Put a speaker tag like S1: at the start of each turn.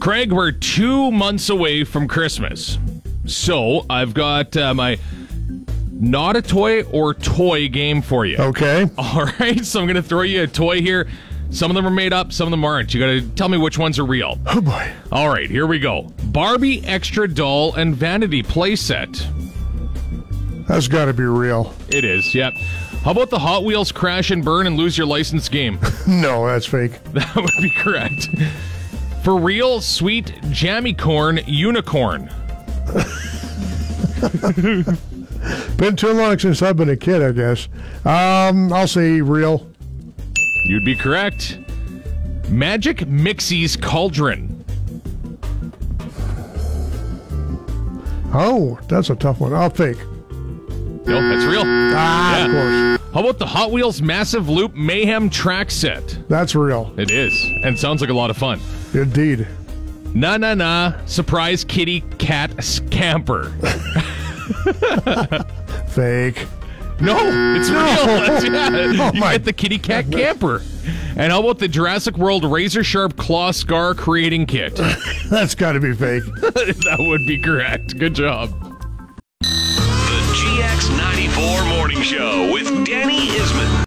S1: Craig, we're two months away from Christmas. So I've got uh, my not a toy or toy game for you.
S2: Okay.
S1: All right, so I'm going to throw you a toy here. Some of them are made up, some of them aren't. You got to tell me which ones are real.
S2: Oh boy.
S1: All right, here we go Barbie Extra Doll and Vanity Playset.
S2: That's got to be real.
S1: It is, yep. How about the Hot Wheels crash and burn and lose your license game?
S2: No, that's fake.
S1: That would be correct. For real, sweet jammy corn unicorn.
S2: Been too long since I've been a kid, I guess. Um, I'll say real.
S1: You'd be correct. Magic Mixie's cauldron.
S2: Oh, that's a tough one. I'll fake.
S1: No, Oh, that's real.
S2: Ah, of course.
S1: How about the Hot Wheels Massive Loop Mayhem track set?
S2: That's real.
S1: It is, and sounds like a lot of fun.
S2: Indeed.
S1: Na na na, surprise kitty cat scamper.
S2: Fake.
S1: No, it's real. That's- yeah.
S2: Oh,
S1: you
S2: my
S1: get the kitty cat camper. And how about the Jurassic World razor sharp claw scar creating kit?
S2: That's got to be fake.
S1: that would be correct. Good job.
S3: The GX94 Morning Show with Danny Isman.